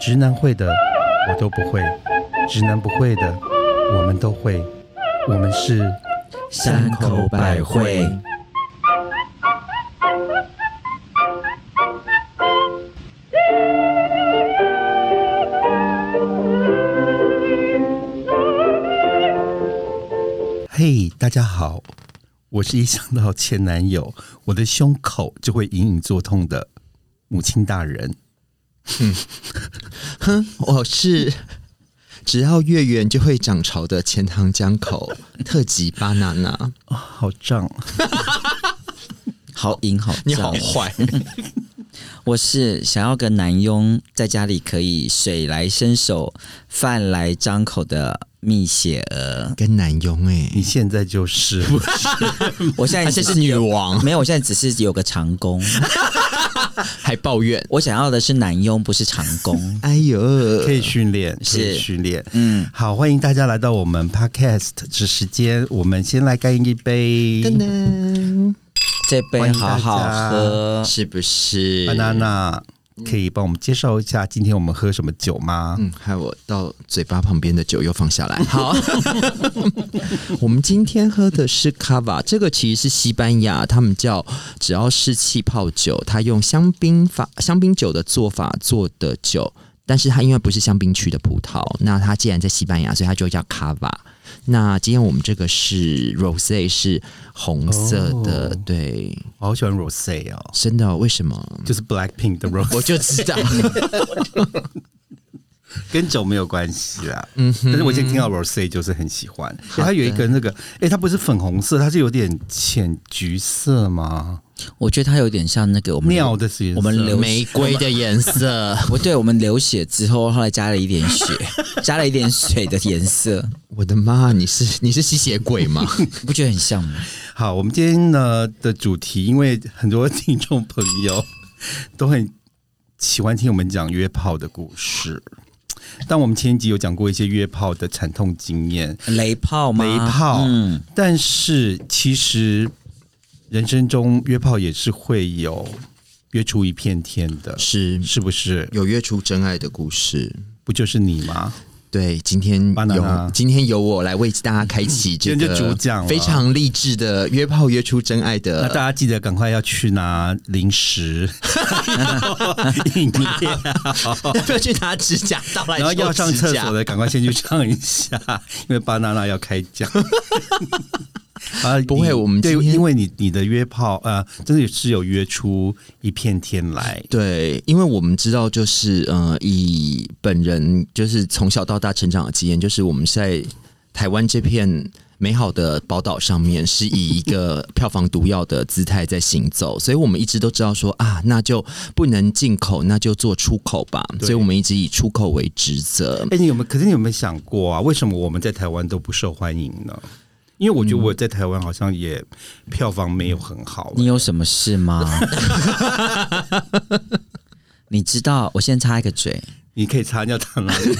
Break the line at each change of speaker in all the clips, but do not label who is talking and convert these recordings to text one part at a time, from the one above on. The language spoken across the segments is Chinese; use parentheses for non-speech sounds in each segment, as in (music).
直男会的我都不会，直男不会的我们都会，我们是
山口百惠。
嘿大家好，我是一想到前男友，我的胸口就会隐隐作痛的母亲大人。
哼， (laughs)
(laughs)
我是只要月圆就会涨潮的钱塘江
(laughs)
口特级巴娜娜。
啊，好胀！
好淫好
你好
脏
坏，
我是想要个男佣，在家里可以水来伸手、饭来张口的蜜雪儿。
跟男佣哎、
你现在 (laughs) 就是，
我现在
而且
只
是女王，
没有，我现在只是有个长工。
还抱怨。。
我想要的是男佣，不是长工
哎呦，
可以训练，可以
是
训练。
嗯，
好，欢迎大家来到我们 podcast 之时间，我们先来干一杯
噔噔，
这
欢
杯
迎大家
好好喝。
是不是？
banana。可以帮我们介绍一下今天我们喝什么酒吗？
嗯，害我到嘴巴旁边的酒又放下来。好， (laughs) 我们今天喝的是 Cava，这个其实是西班牙，他们叫只要是气泡酒，它用香槟法香槟酒的做法做的酒，但是它因为不是香槟区的葡萄，那它既然在西班牙，所以它就叫 Cava。那今天我们这个是 rose，是红色的，
哦
对，
我好喜欢 rose 哦，
真的哦、为什么？
就是 Blackpink 的 rose，
我就知
(laughs)
道，(laughs)
跟酒没有关系啦。嗯，但是我现在听到 rose 就是很喜欢，因为它有一个那个，哎、它不是粉红色，它是有点浅橘色吗？
我觉得它有点像那个我们
尿的颜色，
我们流
玫瑰的颜色。
不 (laughs) 对，我们流血之后，后来加了一点血，加了一点水的颜色，
我的妈！你是你是吸血鬼吗？
你不觉得很像吗？
好，我们今天呢的主题，因为很多听众朋友都很喜欢听我们讲约炮的故事，但我们前一集有讲过一些约炮的惨痛经验，
雷炮吗？
雷炮
嗯，
但是其实人生中约炮也是会有约出一片天的，
是
是不是？
有约出真爱的故事。
不就是你吗？
对，今天
Banana
由今天由我来为大家开启这
今天就
个
主讲了
非常励志的约炮约出真爱
那大
的。
家记得赶快要去拿零
(laughs)
食、饮料。
要不要 (laughs) 去拿指甲刀来
然后
做
要上厕
指甲
所的，赶快先去上一下，因为巴娜娜要开
(laughs)
讲。啊，
不会
你
我们
对，
今天
因为你你的约炮呃，真的是有约出一片天来。
对，因为我们知道，就是呃，以本人就是从小到大成长的经验，就是我们在台湾这片美好的宝岛上面，是以一 (laughs) 个票房毒药的姿态在行走，所以我们一直都知道说啊，那就不能进口，那就做出口吧，
对
所以我们一直以出口为职责。
哎、你有没有？可是你有没有想过啊？为什么我们在台湾都不受欢迎呢？因为我觉得我在台湾好像也票房没有很好、
你有什么事吗？你知道，我先插一个嘴，
你可以擦掉它哪里？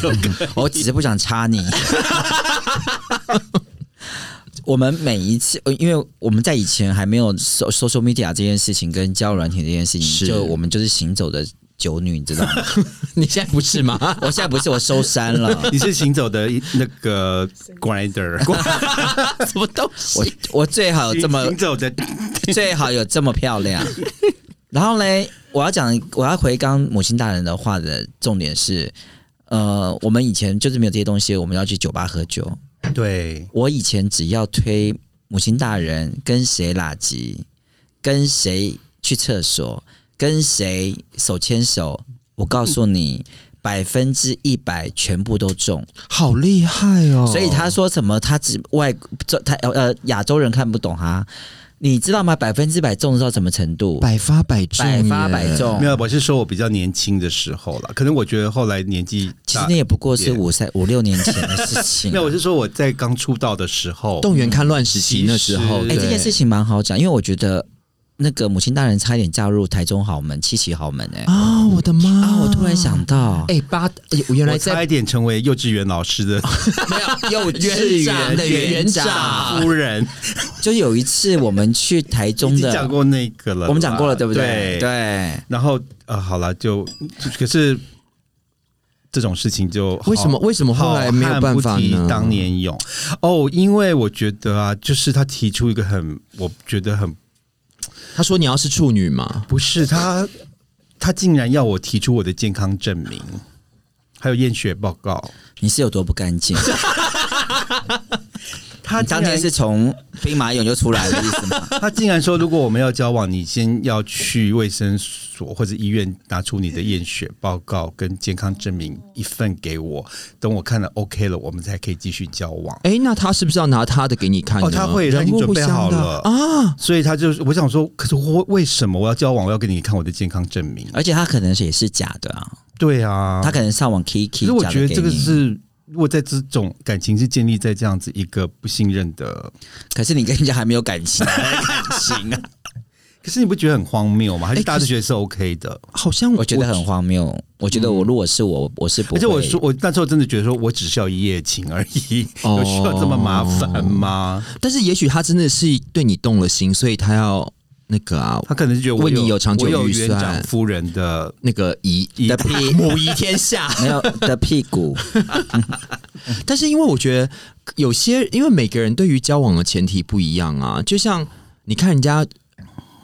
我只是不想插你。 (laughs) 我们每一次，呃因为我们在以前还没有 so- social media 这件事情跟交友软体这件事
是
情，就我们就是行走的酒女，你知道吗？
(laughs) 你现在不是吗？
我现在不是我收山了，
你是行走的一那个 grinder，
(laughs)
(laughs)
什么东西？
我我最好哦这么
行
(laughs)
走的
最好有这么漂亮。然后嘞，我要讲，我要回刚母亲大人的话的重点是，呃，我们以前就是没有这些东西，我们要去酒吧喝酒。
对。
我以前只要推母亲大人跟谁拉鸡，跟谁去厕所，跟谁手牵手，我告诉你，百分之一百全部都中。
好厉害哦！
所以他说什么，他只外这他呃亚洲人看不懂哈，你知道吗？百分之百中到什么程度？
百发百中，
百发百。中
没。有，我是说我比较年轻的时候了，可能我觉得后来年纪
其实
大
那也不过是五三五六年前的事
(laughs)
情啊
没。有，我是说我在刚出道的时候，
动员看乱时期那时候，
其
哎、
实
这
对
件事情蛮好讲，因为我觉得那个母亲大人差一点嫁入台中豪门、七旗豪门哎、
啊、我的妈！
啊！我突然想到，
哎、八，哎我原来
我
在
差一点成为幼稚园老师的
没有幼
园长
的园长，
夫人，
就有一次我们去台中
已经
的，
讲过那个了啦，
我们讲过了，对不
对。
对？对
然后呃，好了，就就可是这种事情就好
为什么为什么后来没有办法
好汉不
呢
提当年勇哦，因为我觉得啊，就是他提出一个很，我觉得很
他说你要是处女嘛，
不是他，他竟然要我提出我的健康证明，还有验血报告。
你是有多不干
(laughs)
净？
他
你
竟
当天
然
是从兵马俑就出来的意
(laughs)
思吗？
他竟然说，如果我们要交往，你先要去卫生所或者医院拿出你的验血报告跟健康证明一份给我，等我看了 OK 了，我们才可以继续交往。
哎、那他是不是要拿他的给你看呢？
哦他会他已
人
经
物
准
不
备
相
好
的
了
啊。
所以他就是我想说，可是我为什么我要交往，我要给你看我的健康证明？
而且他可能是也是假的啊，
对啊，
他可能上网 K
其
K
实我
假
觉得
的给
这个
你。
是，如果在这种感情是建立在这样子一个不信任的，
可是你跟人家还没有感情，还有感情
(laughs)
啊，
可是你不觉得很荒谬吗？还是
哎
大家都觉得是 OK 的？
好像
我觉得很荒谬。我觉得我如果是我，我是不
而
会。
且我说，我那时候真的觉得说我只是要一夜情而 (laughs) 已，
哦
有需要这么麻烦吗？
但是也许他真的是对你动了心，所以他要那个啊，
他可能是觉得我
问你
有
有长久
我有
预
园
算
长夫人的
那个遗
遗
的屁
母仪天 (laughs) 下。
没有的屁股，
但是因为我觉得有些，因为每个人对于交往的前提不一样啊，就像你看人家。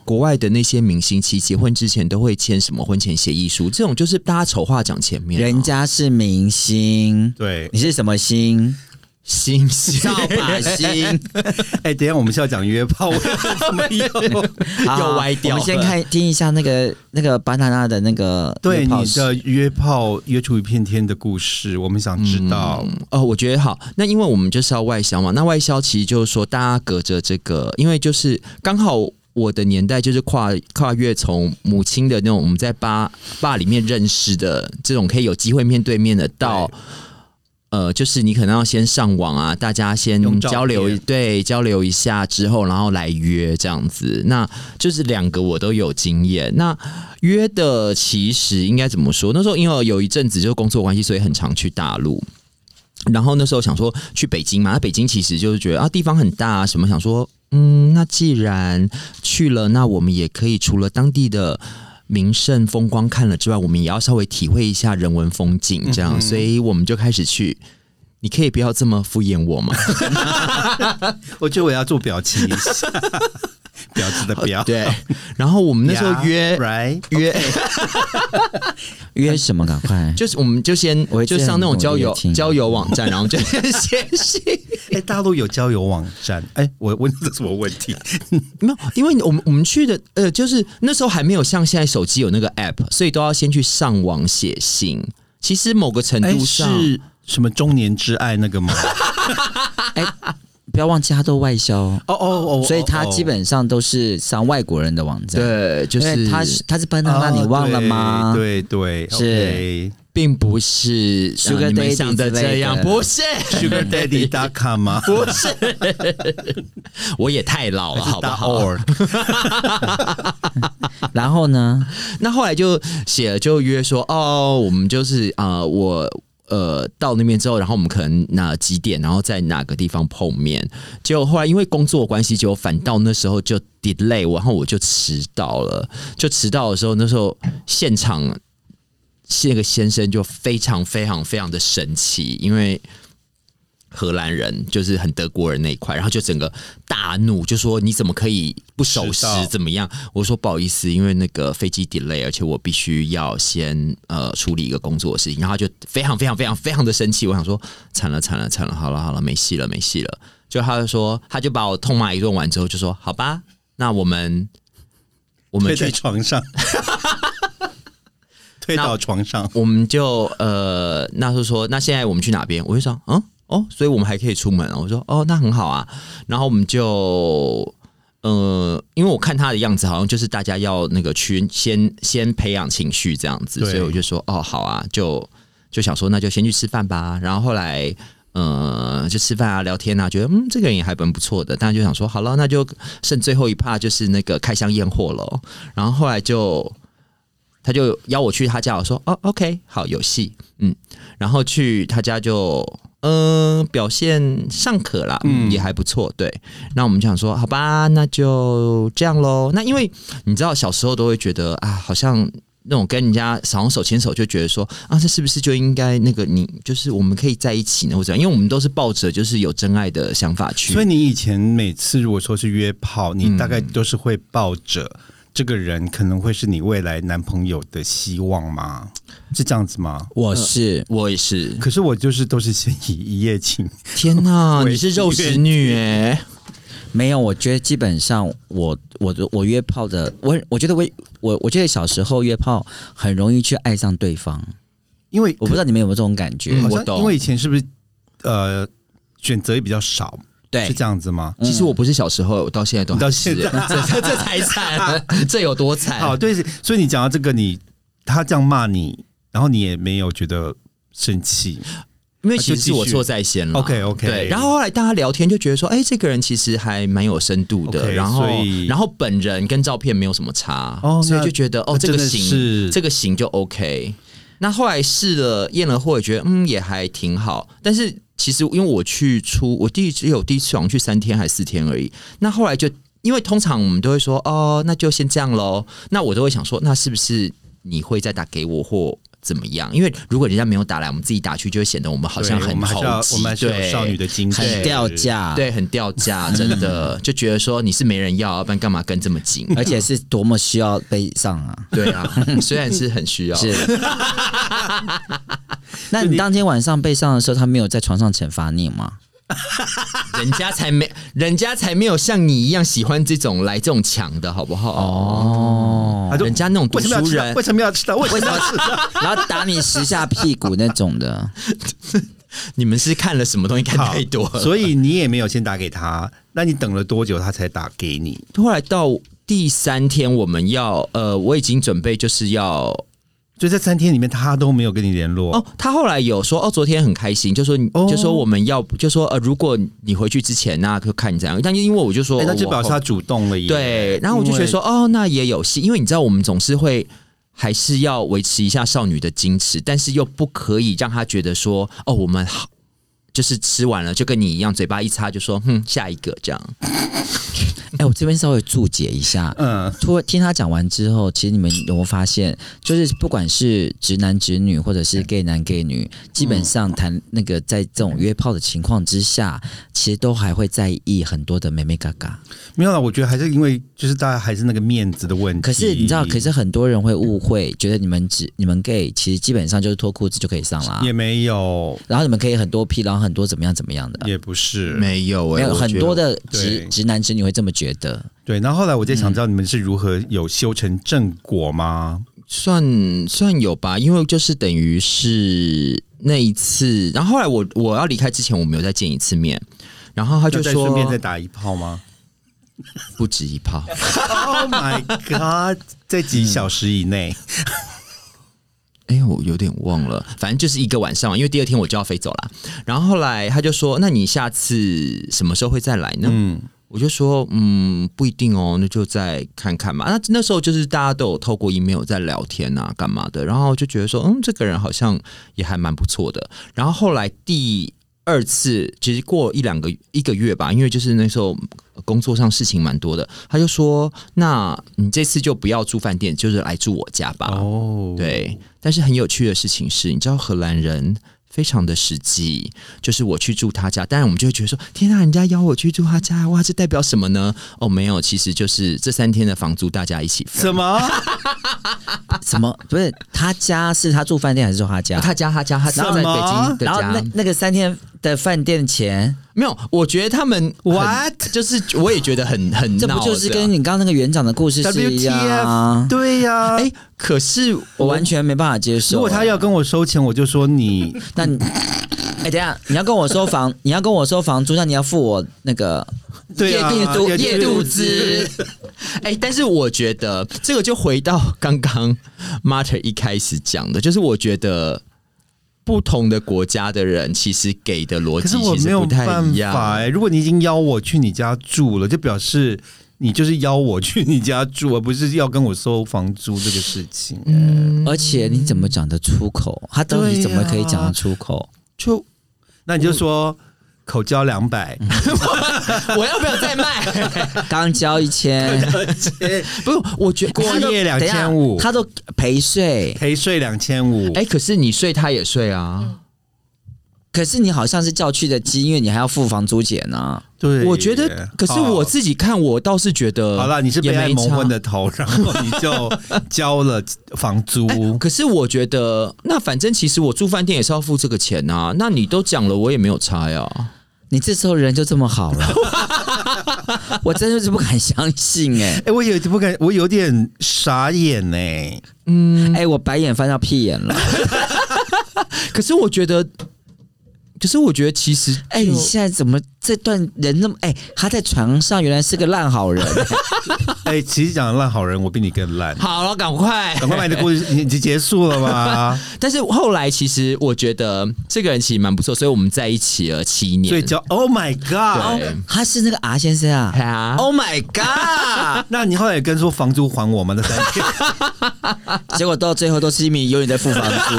国外的那些明星，其实结婚之前都会签什么婚前协议书，这种就是大家丑话讲前面啊、
人家是明星，
对。
你是什么星？
星星
扫把星，
哎、等一下我们是要讲约炮，我 (laughs) 没有。
(laughs) 好
又歪掉
我们
了
先看听一下那个那个巴娜娜的那个
对
约炮
你
史
的约炮约出一片天的故事，我们想知道。
哦，我觉得好。那因为我们就是要外销嘛，那外销其实就是说，大家隔着这个，因为就是刚好我的年代就是跨跨越从母亲的那种我们在吧吧里面认识的这种可以有机会面对面的，到呃，就是你可能要先上网啊，大家先
用照片
交流一，对，交流一下之后，然后来约这样子。那就是两个我都有经验。那约的其实应该怎么说？那时候因为有一阵子就工作关系，所以很常去大陆。然后那时候想说去北京嘛，那北京其实就是觉得啊地方很大、啊，什么想说，嗯，那既然去了，那我们也可以除了当地的名胜风光看了之外，我们也要稍微体会一下人文风景，这
嗯
样，所以我们就开始去。你可以不要这么敷衍
(laughs)
我吗？
我觉得我要做表情一下， (laughs) 婊子的婊。
(laughs) 对。啊然后我们那时候约
Yeah, right，
约，
约什么？赶快，
(laughs) 就是我们就先
我会
就
这样
上那种交友
我也听
交友网站，然后就先信。
哎、大陆有交友网站，哎、我 (laughs) 问这什么问题？
没有，因为我们我们去的 (laughs) 呃，就是那时候还没有像现在手机有那个 app，所以都要先去上网写信。其实某个程
哎、
度上，
是什么中年之爱那个吗？
不要忘记他都外销，
哦哦哦，
所以他
哦
基本上都是上外国人的网站。，
对，就
因
是
为他是他是巴娜
哦
娜，你忘了吗？
对对，
是
OK
并不是
Sugar
像
daddy
你们想的
之类的
这样，
(laughs)
不是
Sugar Daddy 大卡吗？
不是，我也太老了，好不
大
好？
然后呢？
那后来就写了，就约说哦，我们就是啊、呃我呃到那边之后，然后我们可能哪几点，然后在哪个地方碰面。结果后来因为工作关系，结果反倒那时候就 delay，我然后我就迟到了。就迟到的时候，那时候现场那个先生就非常非常非常的神奇，因为。荷兰人就是很德国人那一块，然后就整个大怒，就说你怎么可以不守时
迟到？
怎么样？我说不好意思，因为那个飞机 delay，而且我必须要先呃处理一个工作的事情，然后他就非常非常非常非常的生气。我想说惨了惨了惨了，好了好了，没戏了没戏了。就他就说，他就把我痛骂一顿完之后，就说好吧，那我们
(laughs)
我
推
们
在
去
床上，推到床上。
我们就呃，那时候说，那现在我们去哪边？我就想，嗯，哦，所以我们还可以出门哦。我说，哦，那很好啊。然后我们就，呃，因为我看他的样子，好像就是大家要那个去先先培养情绪这样子，
对
所以我就说，哦，好啊，就就想说，那就先去吃饭吧。然后后来。呃，就吃饭啊，聊天啊，觉得嗯，这个人也还蛮不错的，但就想说，好了，那就剩最后一趴就是那个开箱验货了。然后后来就他就邀我去他家，我说哦，OK，好，有戏，嗯，然后去他家就嗯、呃表现尚可啦，嗯，也还不错，对。那我们就想说，好吧，那就这样喽。那因为你知道小时候都会觉得啊，好像那种跟人家好像手牵手，就觉得说啊，这是不是就应该那个你就是我们可以在一起呢？或者因为我们都是抱着就是有真爱的想法去，
所以你以前每次如果说是约炮，你大概都是会抱着这个人可能会是你未来男朋友的希望吗？是这样子吗？
我是
我也是。
可是我就是都是先以一夜情，
天哪，
(laughs) 我
你是肉食女哎、
没有，我觉得基本上我我我约炮的，我我觉得我我我觉得小时候约炮很容易去爱上对方，
因为
我不知道你们有没有这种感觉？
嗯
好
我
像
懂
因为以前是不是呃选择也比较少，
对
是，这样子吗？
其实我不是小时候，我到现在都
你到
还是
现在
(laughs) 这这才惨， (laughs) 这有多惨？
好，对，所以你讲到这个，你他这样骂你，然后你也没有觉得生气。
因为其实是我错在先了。
OK，OK
对。然后后来大家聊天就觉得说，哎、这个人其实还蛮有深度的。
OK，
然后
所以，
然后本人跟照片没有什么差，
哦
所以
那
就觉得哦，
那
这个
真的
型
是
这个型就 OK。那后来试了验了货，也觉得嗯也还挺好。但是其实因为我去出我第一只有第一次好像去三天还是四天而已。那后来就因为通常我们都会说哦，那就先这样喽。那我都会想说，那是不是你会再打给我或怎么样？因为如果人家没有打来，我们自己打去，就会显得我们好像
对我
很
们还是要
猴急，
我们还是有
对
少女的精神，
很掉价，，
对，很掉价，
(laughs)
真的就觉得说你是没人要，要不然干嘛跟这么
(laughs)
紧？
而且是多么需要悲伤啊！
对啊，虽然是很需要，
是。那你当天晚上被上的时候，他没有在床上惩罚你吗？
人家才没，人家才没有像你一样喜欢这种来这种强的，好不好？
哦，
他就
人家那种读
为什么要
书
吃
人
到？为，什么要吃到？为什么要吃到？
然后打你十下屁股那种的，
你们是看了什么东西看
好
太多
(laughs)
了？
所以你也没有先打给他，那你等了多久他才打给你？
后来到第三天，我们要呃，我已经准备就是要
哦所以在三天里面他都没有跟你联络。
哦，他后来有说哦，昨天很开心，就说你、
哦
就说我们要就说呃，如果你回去之前那、就看你怎样，但因为我就说，
哎，那
我
就表示他主动了耶。
对，然后我就觉得说哦，那也有戏，因为你知道我们总是会。还是要维持一下少女的矜持，但是又不可以让她觉得说哦，我们好就是吃完了就跟你一样，嘴巴一擦就说哼下一个这样。
(laughs) 哎、我这边稍微注解一下，
因为，嗯，
突听他讲完之后，其实你们有没有发现，就是不管是直男直女，或者是 gay 男 gay 女，基本上谈那个在这种约炮的情况之下，其实都还会在意很多的妹妹嘎嘎。
没有了。我觉得还是因为就是大家还是那个面子的问题。
可是你知道，可是很多人会误会，觉得你们直你们 gay 其实基本上就是脱裤子就可以上啦
也，没有，
然后你们可以很多批，然后很多怎么样怎么样的，
也不是
没有、
哎
嗯
欸，
没有
我觉
很
得
多的
对
直直男直女会这么觉得。
对。然后后来我就想知道你们是如何有修成正果吗？
算算有吧，因为就是等于是那一次，然后后来我我要离开之前，我们有再见一次面，然后他
那
就
再顺便再
说
打一炮吗
不止一炮，
？Oh my god！在几小时以内，
哎、我有点忘了，反正就是一个晚上，因为第二天我就要飞走了。然后后来他就说，那你下次什么时候会再来呢？
嗯，
我就说，嗯，不一定哦，那就再看看嘛。那那时候就是大家都有透过 email 在聊天啊，干嘛的，然后就觉得说，嗯，这个人好像也还蛮不错的。然后后来第二次，其实过一两个一个月吧，因为就是那时候工作上事情蛮多的，他就说，那你这次就不要住饭店，就是来住我家吧。
哦，
对，但是很有趣的事情是，你知道荷兰人非常的实际，就是我去住他家，当然我们就会觉得说，天啊，人家邀我去住他家，哇，这代表什么呢？哦，没有，其实就是这三天的房租大家一起分。
什么？
什么？不是他家是他住饭店还是住他家？
他家，他家，他
什
家
么
在北京的
然后那
家，
那个三天的饭店钱，
没有。我觉得他们
What？
就是我也觉得很很
这
闹
不就是
这样
跟你刚刚那个园长的故事是一样啊
WTF？对呀、
哎、可是
我完全没办法接受。啊
如果他要，跟我收钱，我就说你
那你哎、等一下你要跟我收房， (laughs) 你要跟我收房租，那你要付我那个
对啊，
夜肚夜肚
子
子， (laughs) 哎、但是我觉得这个就回到刚刚 Mater 一开始讲的，就是我觉得不同的国家的人其实给的逻
可
辑
是我
其
没
实
有
不太
办
一
法、 (laughs)
样。
欸。如果你已经邀我去你家住了，就表示你就是邀我去你家住，而不是要跟我收房租这个事情、欸。
嗯
而且你怎么讲得出口？他到底怎么可以讲得出口？
就嗯
那你就说。口交两百，
我要不要再卖？
嗯 (laughs)
刚交一千， (laughs)
不是，我觉得
过夜两
等一下
千五，
他都陪睡。
陪睡两千五。
哎、可是你睡他也睡啊。
可是你好像是叫去的鸡，因为你还要付房租啊钱呢、
对，
我觉得，可是
哦
我自己看，我倒是觉得
好了，你是被
也
爱
没
蒙
差
混的头，然后你就交了房租。
可是我觉得，那反正其实我住饭店也是要付这个钱啊。那你都讲了，我也没有差呀、
你这时候人就这么好
(laughs)
了，我真的是不敢相信哎、
哎、我有点不敢，我有点傻眼欸呢、
嗯
哎、我白眼翻到屁眼了。
可是我觉得，可是我觉得其实，
哎、你现在怎么这段人那么哎、他在床上原来是个烂好人、
哎、其实讲烂好人，我比你更烂。
好了，赶快。
赶快把你的故事，你已经结束了吗？
(laughs) 但是后来其实我觉得这个人其实蛮不错，所以我们在一起了七年。
所以叫 Oh my
(laughs) 对
God！
他是那个 R 先生啊
哎呀
哦
o h my
(laughs)
god！
那你后来也跟说房租还我们的三天，
结果到最后都是一名永远在付房
(laughs)
租。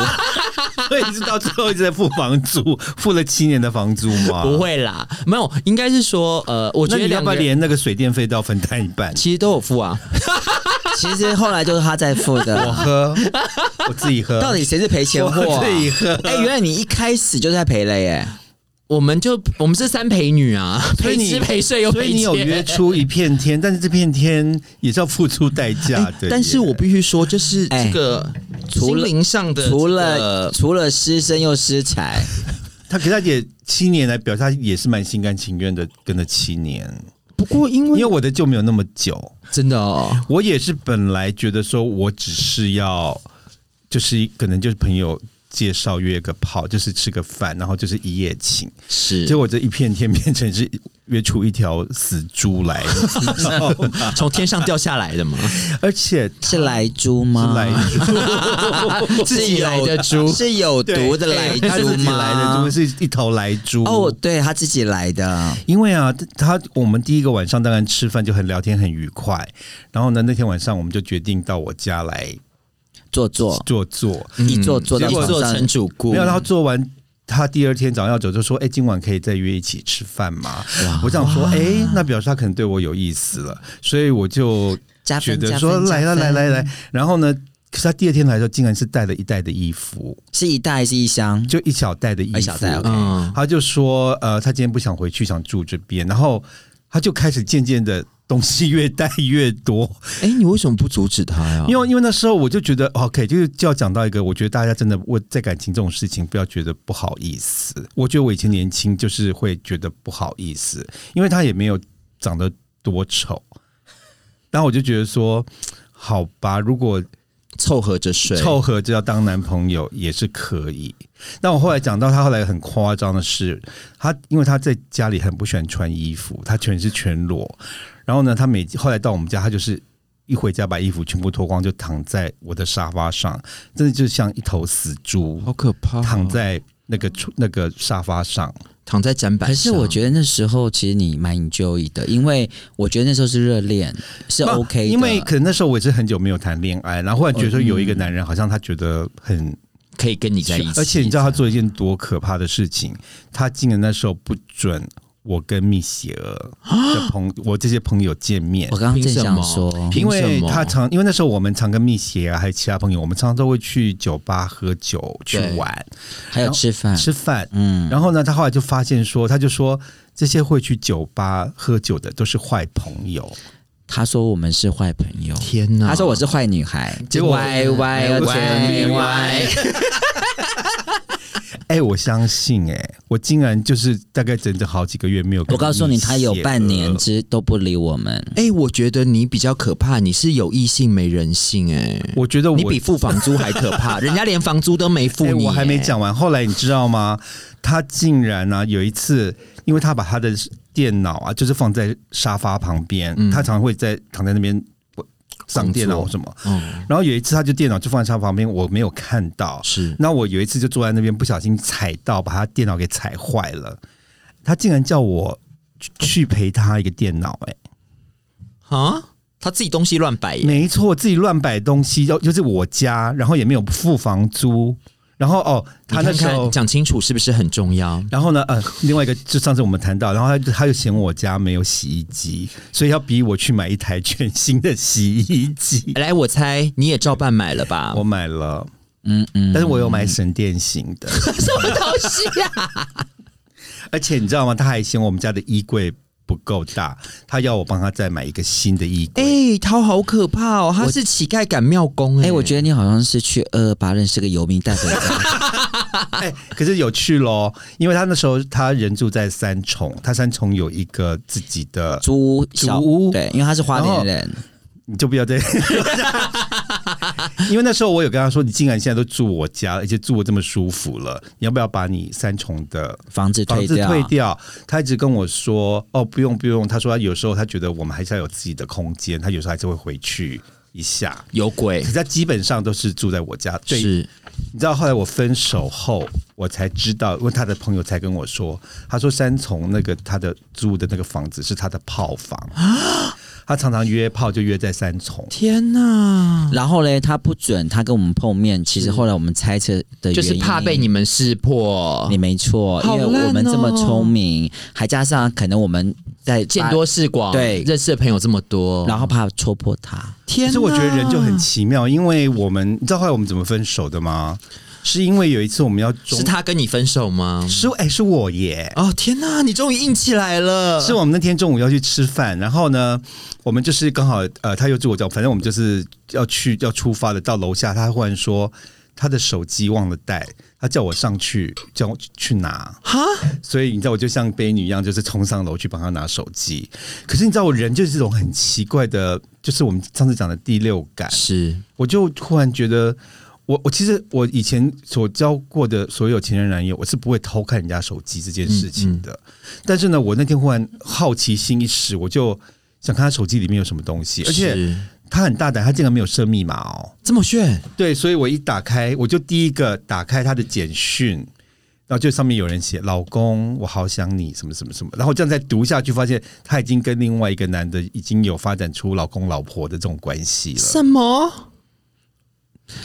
所以一直到最后一直在付房租，付了七年的房租吗？
不，会啦，没有，应该是说，呃，我
那
觉得
你要
两
不要
个人
连那个水电费都要分担一
(laughs)
半？
其实都有付啊。
其实后来就是他在付
我
的，
喝，我自己喝，
到底谁是赔钱货、
我
啊
自？己喝。
哎、原来你一开始就在赔了耶！
我们就我们是三陪女啊，
所以
陪
你
吃陪睡又
所
陪
以你有
钱
约出一片天，但是这片天也是要付出代
(laughs)
价的耶。
(laughs) 哎但是我必须说，就是这个
哎
除
心
了
灵上的这个，
除了除了失身又失财，
他可是他也七年来表示他也是蛮心甘情愿的跟了七年，
不过因
因为
为
我的就没有那么久。
真的哦，
我也是本来觉得说我只是要，就是可能就是朋友介绍约个炮，就是吃个饭，然后就是一夜情。
是
结果这一片天变成是约出一条死猪
(laughs)
来，你知道吗
(laughs) 从天上掉下来的
(laughs)
嘛，
而且
(laughs)
是来猪
是
吗？
来猪，
(laughs)
自己来的猪。
是有毒的来
他
猪
自己
吗？
来的猪是一头来猪
哦，对他自己来的，
因为啊，他他我们第一个晚上当然吃饭就很聊天很愉快，然后呢那天晚上我们就决定到我家来
做做
坐坐，
嗯一做做到
一
晚
做
上
成主顾，
没有，然后做完。他第二天早上要走，就说：“哎、今晚可以再约一起吃饭吗？”我想说：“哎、那表示他可能对我有意思了。”所以我就
加
觉
分加
得
分
说：“来
加
了，
分
来来来。”然后呢，可是他第二天来的时候，竟然是带了一袋的衣服，
是一袋还是一箱？
就一小袋的衣服。
嗯一小袋，OK
嗯，
他就说，呃，他今天不想回去，想住这边，然后他就开始渐渐的东西越带越多，
哎，你为什么不阻止他呀？
因为因为那时候我就觉得，OK，就是就要讲到一个，我觉得大家真的我在感情这种事情，不要觉得不好意思。我觉得我以前年轻就是会觉得不好意思，因为他也没有长得多丑，然后我就觉得说，好吧，如果
凑合着睡，
凑合着要当男朋友也是可以。那我后来讲到他后来很夸张的是，他因为他在家里很不喜欢穿衣服，他全是全裸。然后呢，他每后来到我们家，他就是一回家把衣服全部脱光，就躺在我的沙发上，真的就像一头死猪，
好可怕哦，
躺在那个出那个沙发上。
躺在砧板
可
上。
是我觉得那时候其实你蛮 enjoy 的，因为我觉得那时候是热恋，是
那
OK 的。
因为可能那时候我也是很久没有谈恋爱，然后忽然觉得说有一个男人好像他觉得很
可以跟你在一起，
而且你知道他做一件多可怕的事情，他竟然那时候不准我跟蜜雪
(gasps)
儿的朋我这些朋友见面
我。刚刚正想说，
凭
因为
什么
他常，因为那时候我们常跟蜜雪啊儿还有其他朋友，我们常常都会去酒吧喝酒、去
对
玩、
还有吃饭，
吃饭。
嗯，
然后呢，他后来就发现说，他就说这些会去酒吧喝酒的都是坏朋友。
他说我们是坏朋友，
天哪，
他说我是坏女孩，
结果
歪歪
我
歪歪，嗯
哎、我相信、哎，我竟然就是大概整整好几个月没有跟
我告诉你，
蜜雪
他有半年
儿
之都不理我们。
哎、我觉得你比较可怕，你是有异性没人性、哎，
我觉得我
你比付房租还可怕，人家连房租都没付
哎，
你、
我还没
哎，
讲完。后来你知道吗？他竟然呢、有一次，因为他把他的电脑啊，就是放在沙发旁边，
嗯
他常会在躺在那边呃上电脑
工作
什么。
嗯，
然后有一次，他就电脑就放在沙发旁边，我没有看到。
是
那我有一次就坐在那边，不小心踩到，把他电脑给踩坏了。他竟然叫我去去赔他一个电脑、哎。
啊，他自己东西乱摆耶，
没错，自己乱摆东西，就就是我家，然后也没有付房租，然后哦，
你
他那
看
时候
看讲清楚是不是很重要？
然后呢，呃，另外一个就上次我们谈到，然后他就他又嫌我家没有洗衣机，所以要逼我去买一台全新的洗衣
(laughs)
机。
来，我猜你也照办买了吧？
我买了，
嗯嗯，
但是我有买省电型的，
什么东西呀、
而且你知道吗？他还嫌我们家的衣柜不够大，他要我帮他再买一个新的衣
(laughs) 哎、
柜。
涛好可怕哦，他是乞丐赶庙工哎、
哎、我觉得你好像是去二二八认识个游民带回家，
哎、可是有趣喽，因为他那时候他人住在三重，他三重有一个自己的，
租屋小
租屋
对，因为他是花莲人，
你就不要再。 (laughs) 因为那时候我有跟他说，你竟然现在都住我家，而且住我这么舒服了，你要不要把你三重的
房子
哦房
退
子
掉，
退掉，他一直跟我说：“哦，不用不用。”他说：“他有时候他觉得我们还是要有自己的空间，他有时候还是会回去一下。
有鬼
可是他基本上都是住在我家。对，
是
你知道后来我分手后，我才知道，问他的朋友才跟我说，他说三重那个他的租的那个房子是他的炮房，
啊
他常常约炮就约在三重。
天哪，
然后嘞，他不准他跟我们碰面。其实后来我们猜测的原因，
就是怕被你们识破
你，没错，因
好
为
烂哦
我们这么聪明，还加上可能我们在
见，多识广，
对
认识的朋友这么多，
然后怕戳破他。
其
天哪，
实我觉得人就很奇妙，因为我们你知道后来我们怎么分手的吗？是因为有一次我们要中
是他跟你分手吗？
是哎、是我耶，
哦天哪，你终于硬起来了，
是我们那天中午要去吃饭，然后呢，我们就是刚好呃，他又住我家，反正我们就是要去要出发的，到楼下他忽然说他的手机忘了带，他叫我上去叫我去拿，
哈，
所以你知道我就像悲女一样，就是冲上楼去帮他拿手机。可是你知道我人就是这种很奇怪的，就是我们上次讲的第六感，
是
我就忽然觉得。我我其实我以前所交过的所有前任男友，我是不会偷看人家手机这件事情的。但是呢，我那天忽然好奇心一使，我就想看他手机里面有什么东西，而且
是
他很大胆，他竟然没有设密码哦。
这么炫，
对，所以我一打开，我就第一个打开他的简讯，然后就上面有人写“老公，我好想你”什么什么什么，然后我这样再读下去，发现他已经跟另外一个男的已经有发展出老公老婆的这种关系了。
么？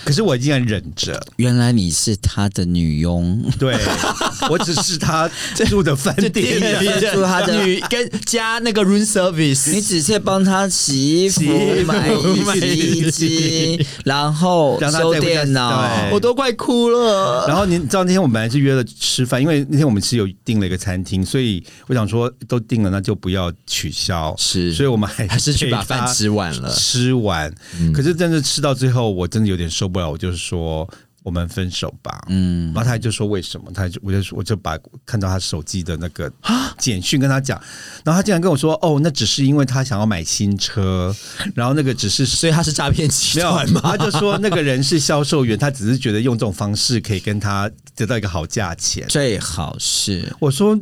可是我竟然忍着，
原来你是他的女佣，
对
(laughs)
我只是他住的饭店而
啊
已。
住他的
女跟加那个 room service，
你只是帮他洗衣服、
洗衣服
买
买
洗衣机，然后
让他
修
带回家
电脑
对。
我都快哭了。
然后你知道那天我们本来是约了吃饭，因为那天我们是有订了一个餐厅，所以我想说都订了，那就不要取消。
是
所以我们还
还是去
陪
把
他
饭吃完了嗯
吃完，可是真的吃到最后，我真的有点受不了，我就说我们分手吧。
嗯
然，后他就说为什么？他就我就我就把看到他手机的那个简讯跟他讲，然后他竟然跟我说：“哦，那只是因为他想要买新车，然后那个只是
所以他是诈骗集
没有
团，吗？
他就说那个人是销售员，他只是觉得用这种方式可以跟他得到一个好价钱。
最好是
我说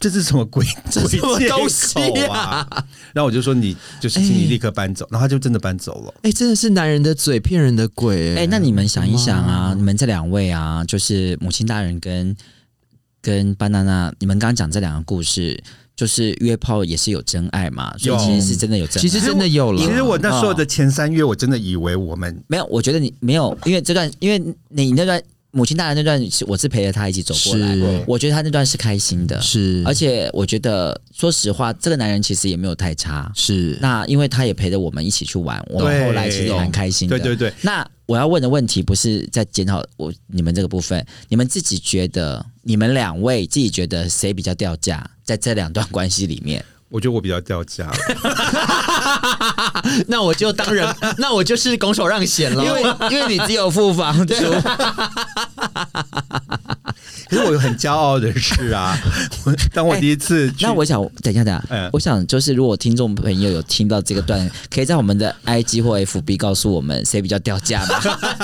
这是什么鬼
这什么
鬼借口
东西啊
啊？然后我就说你就是请你立刻搬走，然后他就真的搬走了。
哎、真的是男人的嘴骗人的鬼、
哎、那你们想一想啊，你们这两位啊，就是母亲大人跟跟巴娜娜，你们刚刚讲这两个故事，就是约炮也是有真爱嘛，所以
有
其实是真的有真爱。
其实真的有
哎
了。
其实我那时候
嗯
的前三月，我真的以为我们
没有，我觉得你没有，因为这段，因为你那段母亲大人那段，是我是陪着他一起走过来
是，
我觉得他那段是开心的，
是，
而且我觉得说实话，这个男人其实也没有太差。
是
那因为他也陪着我们一起去玩，我们
对
后来其实也蛮开心的。
对对对，
那我要问的问题不是在检讨我你们这个部分，你们自己觉得，你们两位自己觉得谁比较掉价，在这两段关系里面？
我觉得我比较掉价， (laughs)
那我就
(laughs)
当然，那我就是拱手让贤
(laughs)
了。
因为因为你只有付房 (laughs) 租，
可是我有很骄傲的事啊。我当我第一次去，
哎那我想等一下，等一下，
嗯
我想就是如果听众朋友有听到这个段，可以在我们的 IG 或 FB 告诉我们谁比较掉价 (laughs) 吧。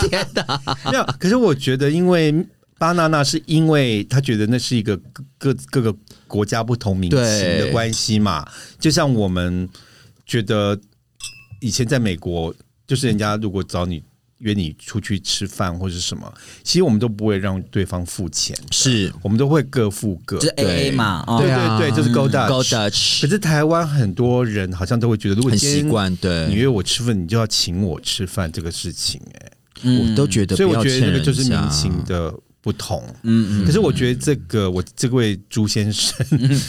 天哪，
没
(laughs)
有，可是我觉得，因为巴娜娜是因为她觉得那是一个各各各个国家不同民情的
对
关系嘛，就像我们觉得以前在美国，就是人家如果找你约你出去吃饭或是什么，其实我们都不会让对方付钱，
是
我们都会各付各。
就是
对
AA 嘛，哦，
对
啊
对对，就是 Go Dutch。
Go
可
Dutch
是台湾很多人好像都会觉得，如果
很
今
习
天
惯，
你
对，
约我吃饭，你就要请我吃饭这个事情、哎，
我都觉得
所以
不
我
要
觉
欠
得这个
人家。
就是民情的不同。
嗯嗯
可是我觉得这个我这位朱先生，
嗯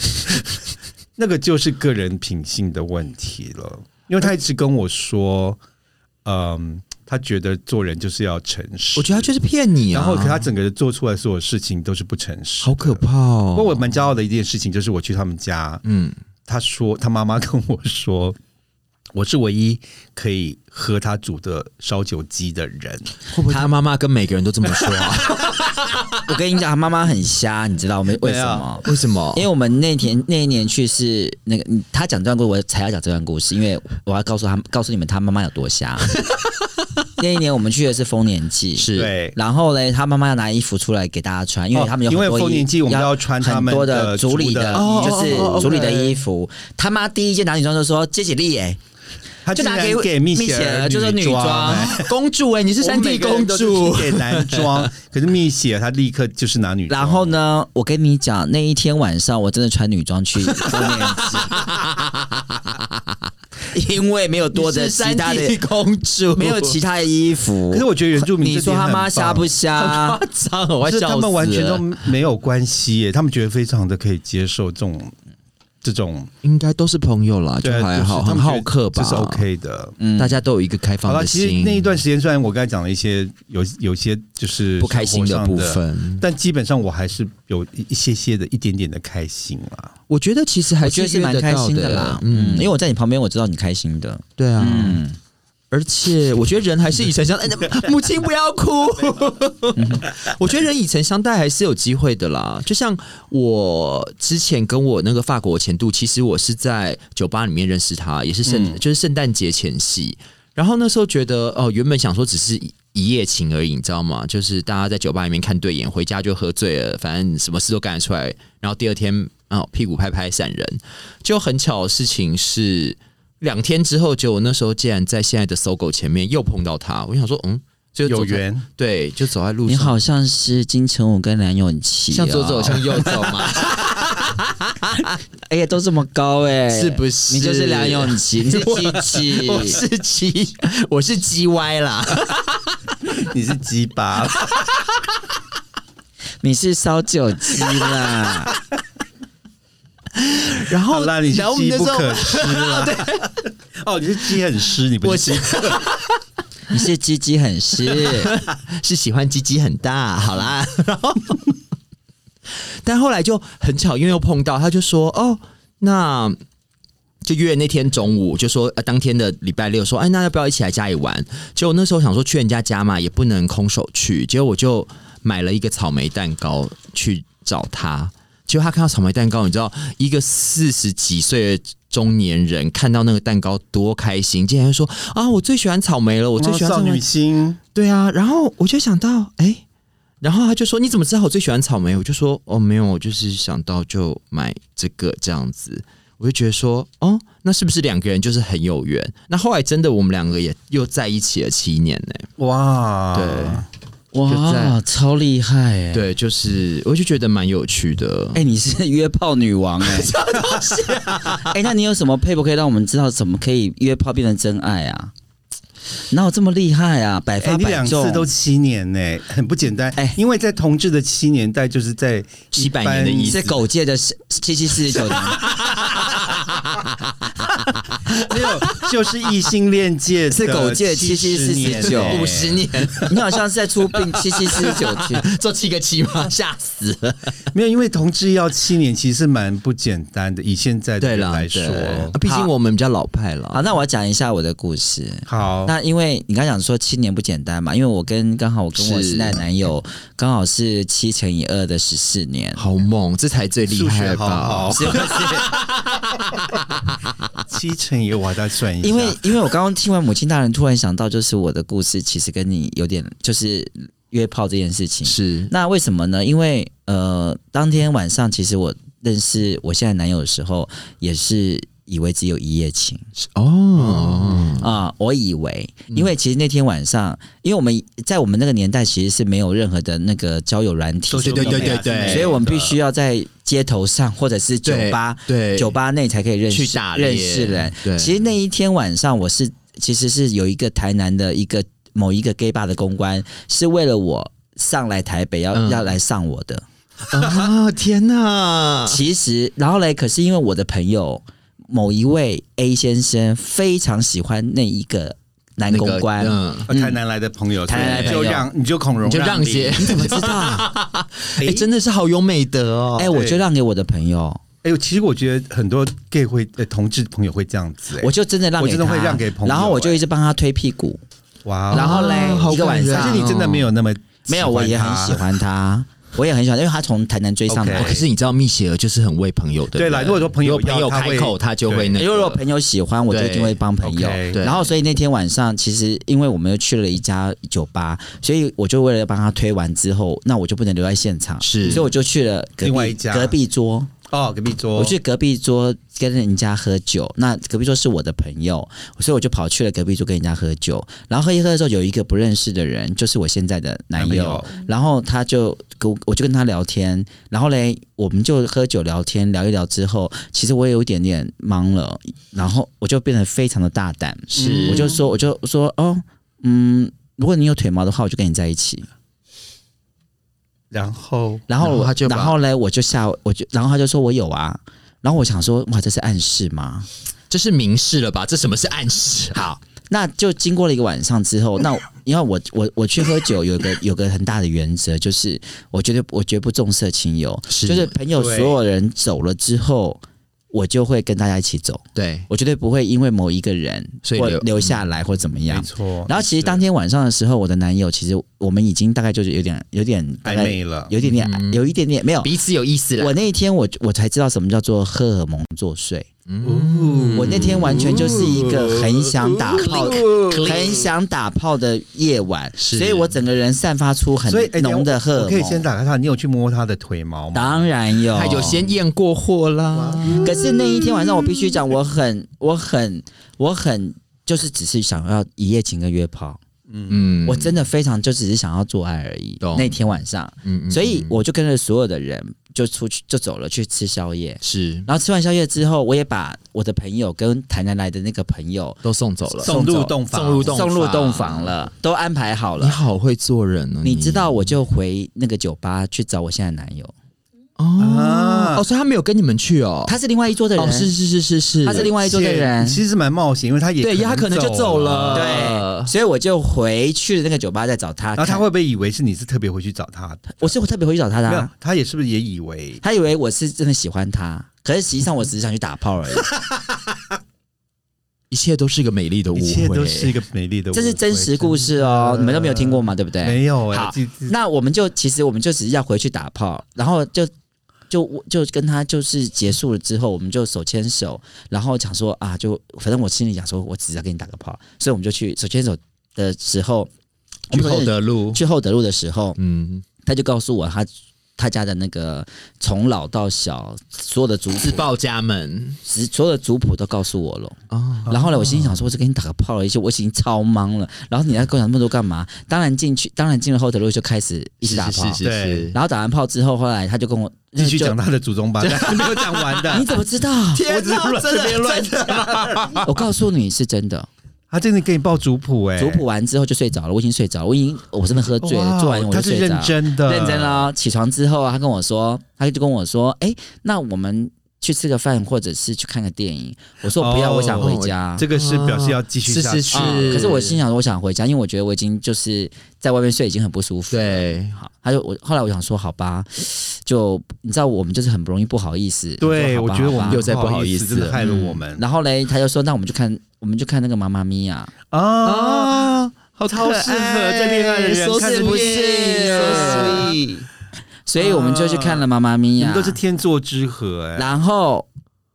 (laughs) 那个就是个人品性的问题了，因为他一直跟我说，嗯，他觉得做人就是要诚实，
我觉得他就是骗你啊，
然后可他整个做出来所有事情都是不诚实，
好可。怕
不过
哦。
我蛮骄傲的一件事情就是我去他们家，
嗯，
他说他妈妈跟我说。我是唯一可以喝他煮的烧酒鸡的人，
会不会他妈妈跟每个人都这么
(laughs)
说啊？
我跟你讲，他妈妈很瞎，你知道为为什么？
为什么
哦
因？为我们那天那一年去是那个嗯他讲这段故事，我才要讲这段故事，因为我要告
(laughs)
诉他告诉你们他妈妈有多瞎。那一年我们去的是丰年祭，
是
对，
然后嘞，他妈妈要拿衣服出来给大家穿，因为他们有
哦因
很
为
多衣
丰年祭我们都要穿他
很
们
多的
族
族里
的
的，
哦哦
就
哦哦
是族里的
OK
衣服。他妈第一件拿女装就说：“接姐力耶，
他
就
竟
拿
然
给
给蜜
蜜
雪
雪
呃
儿
儿就是女
装，
装
哎
公主哎、你是
我
三
们每
D
个人
公
都
主
是，给男装，可是蜜雪儿她立刻就是拿女装，
然后呢，我跟你讲，那一天晚上我真的穿女装 (laughs) 去丰年祭，因为没有多的
你是
其他
三 D
的，
公主，
没有其他的衣服。
可是我觉得原住民
你
这
说
点
他
很
妈瞎
棒
不瞎
夸？张，我
就是
要笑死了。
他们完全都没有关系耶，他们觉得非常的可以接受这种这种，
应该都是朋友啦，就
对啊，
还好，
就是他
很
们觉得
好客吧，
这是 OK 的。
嗯
大家都有一个开
好
放
了，
的
其
心。
实那一段时间虽然我刚才讲了一些有有些就是
不开心
生活
的
上
部
的，
分，
但基本上我还是有一一些些的一点点的开心啦。
我觉得其实还
我觉得是
约
蛮
得
开
到
心的
的
啦，嗯，
嗯
因为，我在你旁边，我知道你开心的，
对啊，
嗯，
而且我觉得人还是以诚相待，
(laughs)
哎母亲不要哭。我觉得人以诚相待还是有机会的啦。就像我之前跟我那个法国前度，其实我是在酒吧里面认识他，也是圣、
嗯
就是圣诞节前夕。然后那时候觉得哦、原本想说只是一一夜情而已，你知道吗？就是大家在酒吧里面看对眼，回家就喝醉了，反正什么事都干得出来。然后第二天哦，屁股拍拍闪人。就很巧的事情是，两天之后，就我那时候竟然在现在的搜狗前面又碰到他，我想说，嗯，就走
有
在，
缘，
对，就走在路上，
你好像是金城武跟梁咏琪、哦，
向左走，向右走 (laughs) 嘛，
哎呀，都这么高哎、
是不是？
你就是梁咏琪，你是
我
七七，
是鸡，我是鸡歪啦，
你是鸡巴，
你是烧酒啊鸡 (laughs) 啦。
(laughs) 然
好
后
啦，你是
然后我们
鸡
那
不
时候
可失
(laughs)
啦。哦，你是鸡很湿，你不
我 (laughs)
是鸡
是
你是鸡鸡很湿，
是喜欢鸡鸡很大，好啦， (laughs) 然后，但后来就很巧，因为又碰到，他就说哦，那就约那天中午，就说、呃、当天的礼拜六说，哎，那要不要一起来家里玩？结果那时候想说去人家家嘛，也不能空手去，结果我就买了一个草莓蛋糕去找他。结果他看到草莓蛋糕，你知道一个四十几岁的中年人看到那个蛋糕多开心，竟然说啊，我最喜欢草莓了，我最喜欢
哦少
草莓
女心，
对啊，然后我就想到，哎、然后他就说：“你怎么知道我最喜欢草莓？”我就说：“哦，没有，我就是想到就买这个这样子。”我就觉得说：“哦，那是不是两个人就是很有缘？”那后来真的，我们两个也又在一起了七年呢、
哇，
对就
哇
在，
超厉害哎、
对，就是我就觉得蛮有趣的。
哎、你是约炮女王
(laughs)
哎、
啊
(laughs) 哎、那你有什么配不可以让我们知道怎么可以约炮变成真爱啊？哪有这么厉害啊？百
哎、
发
你
百
两
中，
次都七年呢、很不简单。
哎
因为在同志的七年代，就是在
七百年的意思
是狗界的七七四十九
(laughs)
年。
没有，就是异性恋界的
是狗界
70
7749
年欸
五十年
(laughs) 你好像是在出
(laughs)
殡七七四十九天，
(laughs) 做七个七吗？吓死了！
没有，因为同志要七年，其实是蛮不简单的。以现在的
对
人
啦，
来
对
说，
啊毕竟我们比较老派
好，
了。
那我要讲一下我的故事。
好，
那因为你刚讲说七年不简单嘛，因为我跟刚好我跟我
是
现在男友刚好是七乘以二的十四年，
好猛，这才最厉
数
害
学
吧！
好好， (laughs) 七乘以我再算一下，哦
因为因为我刚刚听完母亲大人，突然想到就是我的故事其实跟你有点就是约炮这件事情。
是
那为什么呢？因为呃，当天晚上其实我认识我现在男友的时候，也是以为只有一夜情。
哦，
啊、我以为，
嗯
因为其实那天晚上，因为我们在我们那个年代其实是没有任何的那个交友软体，
都是
对对对对对
所以我们必须要在街头上或者是酒
对
吧、
对
酒吧内才可以认
去
识
打猎
认识人。
对
其实那一天晚上，我是其实是有一个台南的一个某一个 gay bar 的公关是为了我上来台北要、
嗯
要来上我的，
啊！天
嗯
哪！
其实然后嘞，可是因为我的朋友某一位 A 先生非常喜欢那一个男
那
公
个
关，
嗯，
啊台南来的朋友，
台南来
所以
的
你就
朋友
让你就孔融
你就让
梨
些。
你怎么
(laughs)
知道
(laughs)
啊？
哎，真的是好有美德哦！
哎、我就让给我的朋友，
哎呦，其实我觉得很多 gay 会呃同志朋友会这样子、哎
我就真的让
我
给他，
真的会让给朋友哎
然后我就一直帮他推屁股，
哇哦，
然后嘞
啊好
一个
感
晚
人
上
可是你真的没有那么喜欢他
没有，我也很喜，欢他，我也很喜欢，因为他从台南追上来。
OK
可是你知道，蜜雪儿就是很为朋友的人。哎
对啦如果说朋友
如果哦朋友
要他
开
会
口，他就会
对
那个。
因为如果朋友喜欢，我就一定会帮朋友。
OK
对
然后，所以那天晚上，其实因为我们又去了一家酒吧，所以我就为了帮他推完之后，那我就不能留在现场，
是
所以我就去了隔壁
另外一家
隔壁桌，
哦，隔壁桌，
我去隔壁桌跟人家喝酒。那隔壁桌是我的朋友，所以我就跑去了隔壁桌跟人家喝酒。然后喝一喝的时候，有一个不认识的人，就是我现在的男
男
友
友，
然后他就跟我我就跟他聊天，然后嘞，我们就喝酒聊天聊一聊之后，其实我也有一点点忙了，然后我就变得非常的大胆，
是
我就说我就说哦，嗯，如果你有腿毛的话，我就跟你在一起。
然后
然后
然后
我
他就把
然后嘞，我就下我就然后他就说我有啊，然后我想说哇，这是暗示吗？
这是明示了吧？这什么是暗示？好，
那就经过了一个晚上之后，那我 (laughs) 因为我我我去喝酒有个有个很大的原则，就是我绝对我绝不重色轻友，
是
就是朋友所
对
有人走了之后，我就会跟大家一起走，
对，
我绝对不会因为某一个人
所以
或
留
留下来或怎么
嗯没
样。
错，
然后其实当天晚上的时候，我的男友其实我们已经大概就是有点有点大
暧
概
昧了，
有点点
嗯
有一点点没有。
彼此有意思了
我。那一天我我才知道什么叫做荷尔蒙作祟。
嗯
我那天完全就是一个很想打
嗯
炮、很想打炮的夜晚，
是
所以我整个人散发出很
所以哎等一下
浓的荷
我
尔
可以先
蒙。
打开他，你有去摸他的腿毛吗？
当然有，
他有先验过货啦，嗯
可是那一天晚上，我必须讲，我很、我很、我很，就是只是想要一夜情跟约炮，
嗯
我真的非常就只是想要做爱而已
懂。
那天晚上，
嗯嗯
所以我就跟着所有的人就出去就走了去吃宵夜，
是
然后吃完宵夜之后，我也把我的朋友跟台南来的那个朋友
都送走了，
送入洞房，
送入洞
送入
房
洞房了，都安排好
你
了。
好会做人哦，
你知道，我就回那个酒吧去找我现在的男友，
哦
啊
哦，所以他没有跟你们去哦，
他是另外一桌的人，
哦是是是是是，
他是另外一桌的人
而且，其实蛮冒险，因为他也
对，他可能就走了，
对，
哦
所以我就回去那个酒吧再找他看。
然后他会不会以为是你是特别回去找他的？
我是特别回去找他的
没
啊、
有，他也是不是也以为？
他以为我是真的喜欢他，可是实际上
(laughs)
我只是想去打炮而已，
一切都是一个美丽的误
一
会，
切都是一个美丽的误会，
这是真实故事哦，你们都没有听过吗？对不对？
没有哎、
好
这这
那我们就其实我们就只是要回去打炮，然后就就就跟他就是结束了之后，我们就手牵手，然后讲说啊，就反正我心里想说，我只是要跟你打个炮，所以我们就去手牵手的时候，
去厚德路，
去厚德路的时候，
嗯，
他就告诉我他他家的那个从老到小所有的族
自
谱，
报家门
所有的族谱都告诉我了。
哦，
然后呢，我心里
嗯
想说，我只跟你打个炮而已，我已经超忙了。然后你还跟我讲那么多干嘛？当然进去，当然进了后头路就开始一起打炮。
是是是
对，
然后打完炮之后，后来他就跟我
继续。讲
就
他的祖宗八代， (laughs) 没有讲完的。
(laughs) 你怎么
(laughs)
知道？
我只是乱这边乱讲，
我告诉你是真的。
他真的给你报族谱哎、
族谱完之后就睡着了，我已经睡着了，我已经我真的喝醉了，
哇哦
做完我
他
就是睡着
认
了。
真的，
认真。了。起床之后啊，他跟我说，他就跟我说，哎、那我们去吃个饭，或者是去看个电影。我说不要，
哦
我想回家。
这个是表示要继续
是
下
是
去。
是
啊，可是我心想，我想回家，因为我觉得我已经就是在外面睡已经很不舒服。，
对，
好，他就我后来我想说，好吧，就你知道我们就是很不容易不好意思。
对，
说
我
好吧
觉得我
好
们
吧
又在不好意
意
思
真的害了
嗯
我们
然后嘞，他就说，那我们就看，我们就看那个妈妈咪呀。
啊！
啊，好
超适合在恋爱的人看
是
这
不哎
部
是
电影
啊
so sweet？
所以我们就去看了妈妈咪
你
呀。
们都是天作之合哎，
然后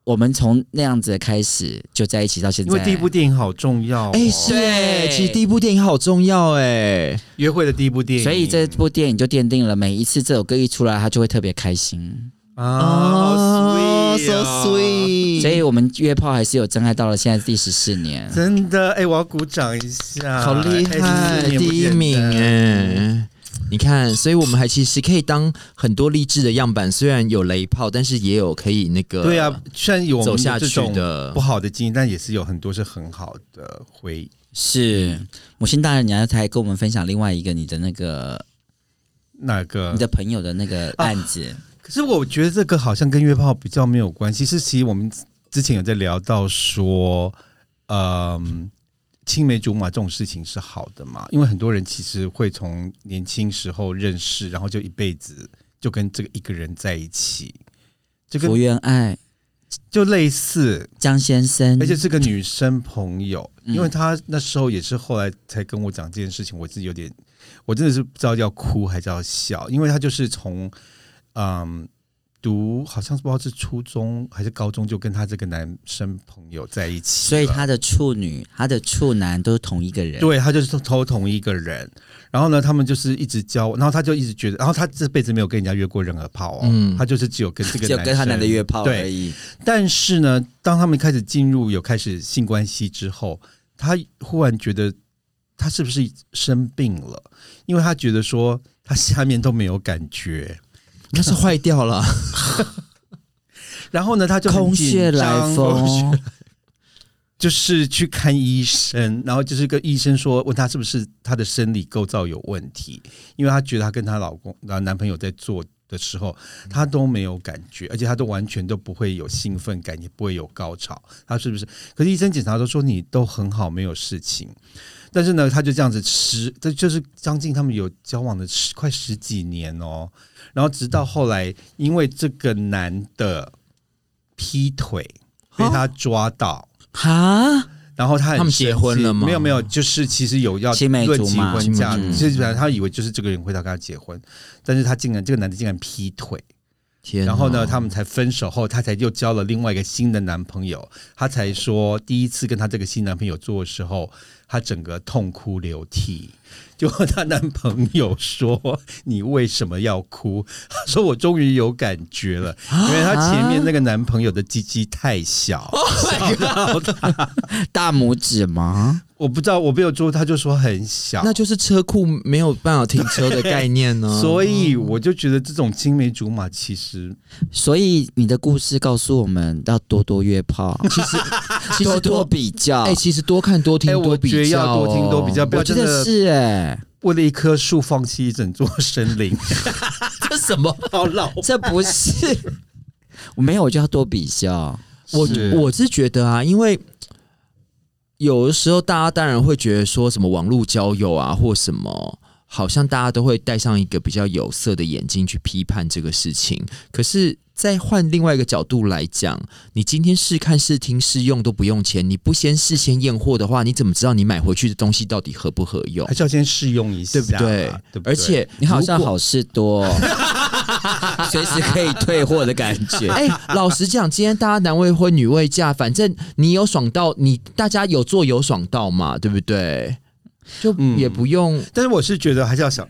我们从那样子开始就在一起到现
因
在。
为第一部电影好重要哦，
哎，是哎，
对
其实第一部电影好重要哎，
约会的第一部电影，
所以这部电影就奠定了每一次这首歌一出来，他就会特别开心。
哦
啊，好 sweet，
啊 so
哦
sweet，
所以我们约炮还是有真爱，到了现在第十四年。
真的哎，我要鼓掌一下，
好厉
哎
害，
这是
第一名
不简单
哎。你看，所以我们还其实可以当很多励志的样板，虽然有雷炮，但是也有可以那个
对啊，虽然有我
走
们
下
这
去
种
的
不好的经验，但也是有很多是很好的回
是母亲大人，你还才跟我们分享另外一个你的那个
那个
你的朋友的那个案子，
可是我觉得这个好像跟约炮比较没有关系，是其实我们之前有在聊到说，嗯、青梅竹马这种事情是好的嘛，因为很多人其实会从年轻时候认识，然后就一辈子就跟这个一个人在一起，这
福
个
原爱、
就类似，
江先生，
而且是个女生朋友，
嗯
因为她那时候也是后来才跟我讲这件事情，我自己有点，我真的是不知道要哭还是要笑，因为她就是从嗯读好像是不知道是初中还是高中就跟她这个男生朋友在一起了，
所以他的处女、他的处男都是同一个人，
对她就是偷同一个人，然后呢，他们就是一直交往，然后她就一直觉得，然后她这辈子没有跟人家约过任何炮哦，
嗯
她就是只有跟这个
只有跟他男的约炮
对
而已。
但是呢，当他们开始进入有开始性关系之后，他忽然觉得他是不是生病了？因为他觉得说他下面都没有感觉，
那是坏掉了。
然后呢，他就很
空穴
紧张
来，风，
就是去看医生，然后就是跟医生说，问他是不是他的生理构造有问题，因为她觉得她跟她老公、啊男朋友在做的时候，她都没有感觉，而且她都完全都不会有兴奋感，也不会有高潮，她是不是？可是医生检查都说你都很好，没有事情。但是呢，她就这样子十，这就是将近他们有交往的十快十几年哦。然后直到后来，因为这个男的劈腿被她抓到，
哈，
然后他很
他
生
们
气
结婚了吗
没有没有，就是其实有要
青梅
论
竹
及
马
婚嫁
青梅，竹马
其实本来他以为就是这个人会要跟他结婚，但是他竟然这个男的竟然劈腿，
(laughs) 天哪，
然后呢，他们才分手后，他才又交了另外一个新的男朋友，他才说第一次跟他这个新男朋友做的时候，他整个痛哭流涕。 (laughs) 就和她男朋友说：“你为什么要哭？”她说：“我终于有感觉了，
啊
因为她前面那个男朋友的鸡鸡太小。”
大拇指吗？
我不知道，我没有做，他就说很小，
那就是车库没有办法停车的概念
(laughs)
呢、
所以我就觉得这种青梅竹马其实
所以你的故事告诉我们要多多约
(laughs)
炮，
其实其
多
实
多
多
比较。
哎、其实多看多听
哎
多
我
比较、哦
觉得要多听多比较，。不要
我觉
真
得
的
是
(laughs)
哎、
为了一棵树放弃一整座森林，
(laughs) 这什么？
好老。
这不是， (laughs) 我没有，我就要多比较。
我
是
我是觉得啊，因为有的时候大家当然会觉得说什么网络交友啊，或什么，好像大家都会戴上一个比较有色的眼镜去批判这个事情。可是，再换另外一个角度来讲，你今天试看、试听、试用都不用钱，你不先事先验货的话，你怎么知道你买回去的东西到底合不合用
还？是要先试用一下
对
嘛，
不对？
哎对不对？
而且
你好像
如果
好
(laughs)
事多，随时可以退货的感觉。
哎、老实讲，今天大家男未婚女未嫁，反正你有爽到，你大家有做有爽到嘛，对不对？就
嗯
也不用，
但是我是觉得还是要小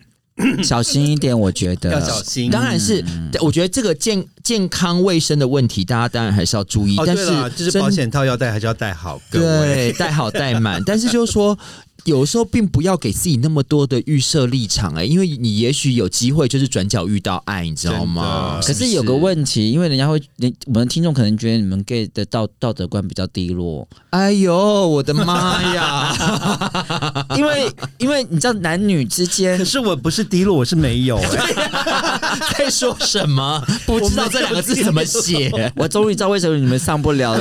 小心一点，我觉
要
得。
小心。
当然是，我觉得这个健健康卫生的问题，大家当然还是要注意。
哦，
但
对了，
是
就是
真
保险套要戴还是要戴好，各位。
对，带好带满，但是就是说。有时候并不要给自己那么多的预设立场哎、因为你也许有机会就是转角遇到爱，你知道吗？
真
可是有个问题，因为人家会，人我们听众可能觉得你们 gay 的道道德观比较低
(laughs)
落，
哎呦，我的妈呀！
因为因为你知道男女之间
(laughs) 可，是我不是低落，我是没
(laughs)
有、哎
在说什 (laughs) 么？不知道这两个字怎么写。
我终于知道为什么你们上不了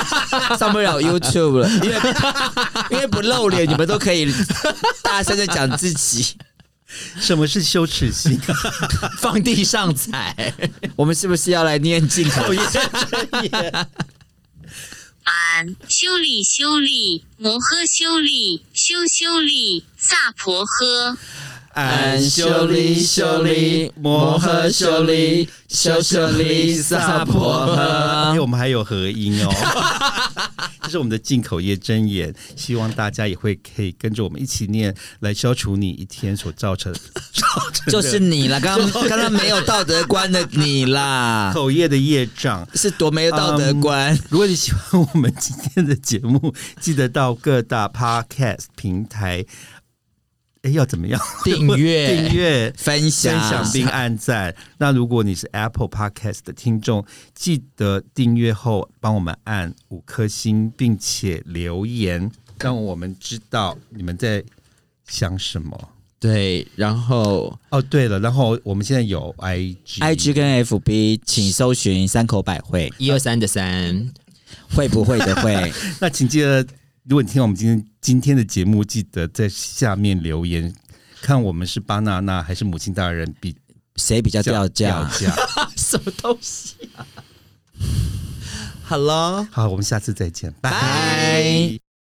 (laughs) 上不了 YouTube 了，因为因为不露脸，你们都可以大声的讲自己。
什么是羞耻心？
放地上踩。
我们是不是要来念
(laughs)
经？
讨厌真言。
安，修理修理，摩诃修理，修修理，萨婆诃。
安
修理修理摩诃修理修修理萨婆
因
诃
哎为我们还有合音哦。 (laughs) 这是我们的进口业真言，希望大家也会可以跟着我们一起念，来消除你一天所造成造成的
就是你啦，刚刚刚刚没有道德观的你
(laughs)
啦，
口业的业障。 (laughs)
是多没有道德观。
如果你喜欢我们今天的节目，记得到各大 podcast 平台，哎，要怎么样
订
(laughs)
阅
订阅、
分享
分享并按赞。那如果你是 Apple Podcast 的听众，记得订阅后帮我们按五颗星，并且留言。让我们知道你们在想什么。
对，然后
哦，对了，然后我们现在有 IG，IG
IG 跟 FB，请搜寻三口百惠，
一二三的三，
会不会的会，
那请记得，如果你听到我们今天今天的节目，记得在下面留言，看我们是巴娜娜还是母亲大人比
谁比较掉
掉
价？
价。
什么东西啊？好了。
好，我们下次再见，拜
拜